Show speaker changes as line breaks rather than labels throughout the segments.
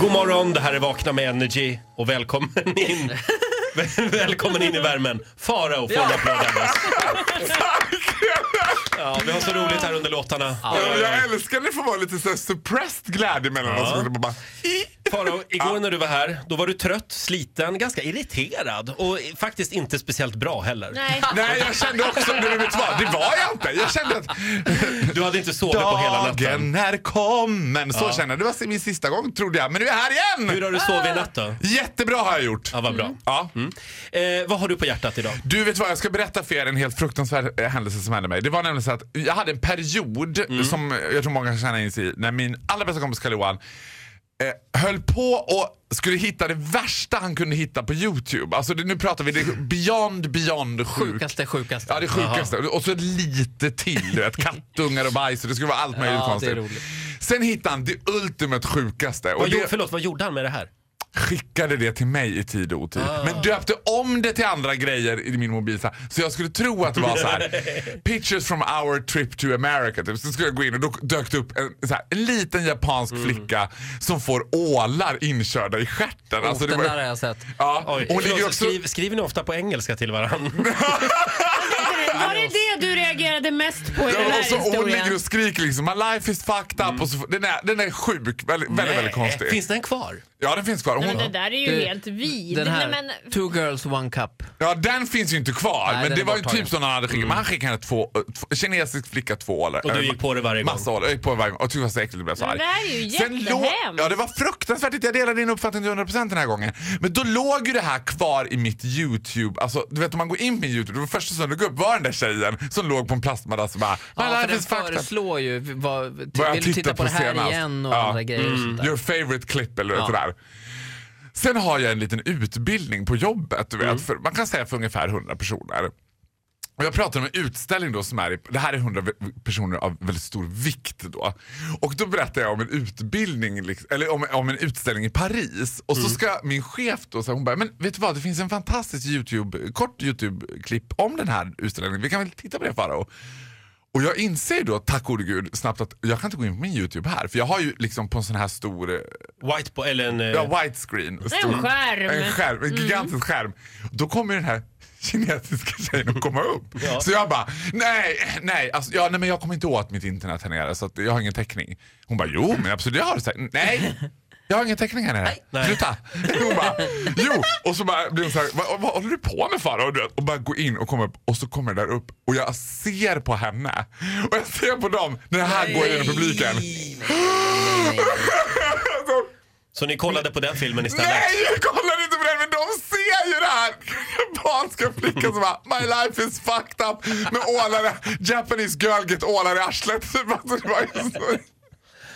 God morgon, det här är Vakna med Energy och välkommen in. Väl- Välkommen in i värmen. Farao får en applåd av oss. Ja, vi har så roligt här under låtarna.
Ja, Jag älskar när det får vara lite så här suppressed glädje mellan oss. Och bara,
Farao, igår när du var här, då var du trött, sliten, ganska irriterad och faktiskt inte speciellt bra heller.
Nej.
Nej, jag kände också, du vet vad, det var jag inte. Jag kände att
Du hade inte sovit på hela natten.
dagen är kommen. Så kände jag. Det var min sista gång trodde jag, men nu är jag här
Hur
igen.
har du sovit i natt då?
Jättebra har jag gjort.
Ja, vad bra.
Ja.
Eh, vad har du på hjärtat idag?
Du vet vad, jag ska berätta för er en helt fruktansvärd eh, händelse som hände mig. Det var nämligen så att jag hade en period
Mm.
som eh, jag tror många känner in sig i när min allra bästa kompis karl johan eh, höll på och skulle hitta det värsta han kunde hitta på Youtube. Alltså det, nu pratar vi det är beyond, beyond sjukt.
Sjukaste, sjukaste.
Ja, det sjukaste. Och så lite till. Du vet, kattungar och bajs och det skulle vara allt möjligt
Ja, det är
konstigt.
roligt.
Sen hittade han det ultimat sjukaste. Och
Vad,
det
gjorde- Förlåt, vad gjorde han med det här?
skickade det till mig i tid och otid. Men döpte om det till andra grejer i min mobil. Så, här. så jag skulle tro att det var så här. Pictures from our trip to America. Typ. Så skulle jag gå in och då dök det upp en, så här, en liten japansk flicka som får ålar inkörda i stjärten. Alltså, det
den
var-
där har jag sett.
Ja,
Oj,
hon ligger
förlåt,
också...
skriv, skriver ni ofta på engelska till varandra?
Var det det du reagerade mest på i den
Ja, alltså,
här
och så, och hon ligger
historien?
och skriker liksom My life is fucked up. Och så, den, är, den är sjuk, väldigt, väldigt, väldigt konstig.
Finns den kvar?
Ja den finns kvar. Hon,
Men det där är ju
Du,
helt vid.
Den här,
Nej, men,
Two girls one cup.
Ja, den finns ju inte kvar.
Nej,
men
den
det
är
var ju
borttagen.
typ som han hade skickat. Men han skickade två, eh, två, kinesisk flicka två ålar.
Och du
Eh,
gick på det varje gång?
Massa ålar. Jag gick på det varje gång. Och tyckte det var så äckligt. Jag blev så
Men
arg.
det här är ju
Sen låg-
jättehemskt.
Ja, det var fruktansvärt. Jag delar din uppfattning till 100% den här gången. Men då låg ju det här kvar i mitt YouTube. Alltså, du vet om man går in på min YouTube, det var första som dök upp var den där tjejen som låg på en plastmadrass och bara
Ja,
My
för
life
den
is fucked up.
föreslår ju, vad, vill
Vad jag
du titta
tittat
på, det här
senast.
igen och
Ja.
andra grejer och sånt där.
Your favorite clip eller
Ja.
sådär. Sen har jag en liten utbildning på jobbet. Du vet,
Mm.
för man kan säga för ungefär 100 personer. Och jag pratar om en utställning då som är, i- det här är 100 ve- personer av väldigt stor vikt då. Och då berättar jag om en utbildning, liksom, eller om, om en utställning i Paris. Och så
Mm.
ska min chef då, så här, hon bara, men vet du vad det finns en fantastisk YouTube, kort YouTube-klipp om den här utställningen. Vi kan väl titta på det Farao? Och jag inser ju då, tack gode gud, snabbt att jag kan inte gå in på min YouTube här. För jag har ju liksom på en sån här stor, eh,
White på, eller en... eh,
ja, widescreen. Stor,
skärm.
En skärm,
Mm.
en gigantisk skärm. Då kommer ju den här kinesiska tjejen att komma upp.
Ja.
Så jag bara, nej, nej, alltså, ja, nej men jag kommer inte åt mitt internet här nere så att jag har ingen täckning. Hon bara, jo men absolut jag har det. Så här, Nej, jag har ingen täckning här nere.
Nej.
Sluta. Hon bara, jo. Och så bara blir hon så här, vad, vad håller du på med Farao? Och, du vet, och bara gå in och komma upp och så kommer det där upp och jag ser på henne och jag ser på dem när det här går genom publiken.
Så ni kollade på den filmen istället?
Nej, jag kollar inte på den, men de ser ju det här! Japanska flickan som bara My life is fucked up med ålar, Japanese girl get ålar i arslet.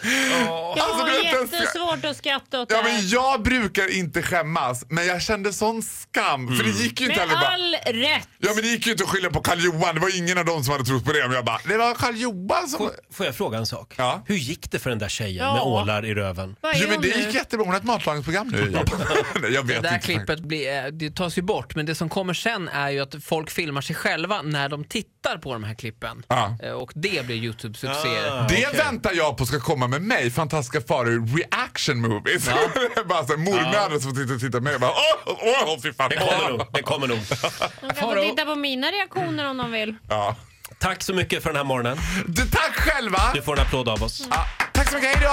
Alltså, det var ju så-
jag
Alltså,
har
du vet, den-
jättesvårt att skratta åt det
Ja,
här.
men jag brukar inte skämmas, men jag kände sån skam. För det
Mm.
gick ju inte
Med
heller bara...
all rätt.
Ja, men det gick ju inte att skylla på Karl Johan. Det var ingen av dem som hade trott på det. Men jag bara, det var Karl Johan som...
Får jag fråga en sak?
Ja.
Hur gick det för den där tjejen
Ja.
med ålar i röven?
Vad är
Jo, men det
hon nu?
gick jättebra. Hon har ett matlagningsprogram nu. Jag, bara, nej, jag vet
Det där
inte.
klippet blir, eh, det tas ju bort, men det som kommer sen är ju att folk filmar sig själva när de tittar på de här klippen.
Ja.
Eh, Och det blir Youtube-succéer.
Ah.
Det väntar jag på ska komma med mig, fantastiska faror reaction movies. bara så här, mormödrar som tittar, tittar med och bara åh, åh, åh fy fan.
Det kommer nog. Det kommer nog.
De kan få titta på mina reaktioner om de vill.
Ja.
Tack så mycket för den här morgonen.
Du, tack själva!
Du får en applåd av oss.
Ja, tack så mycket, hejdå!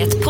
Ett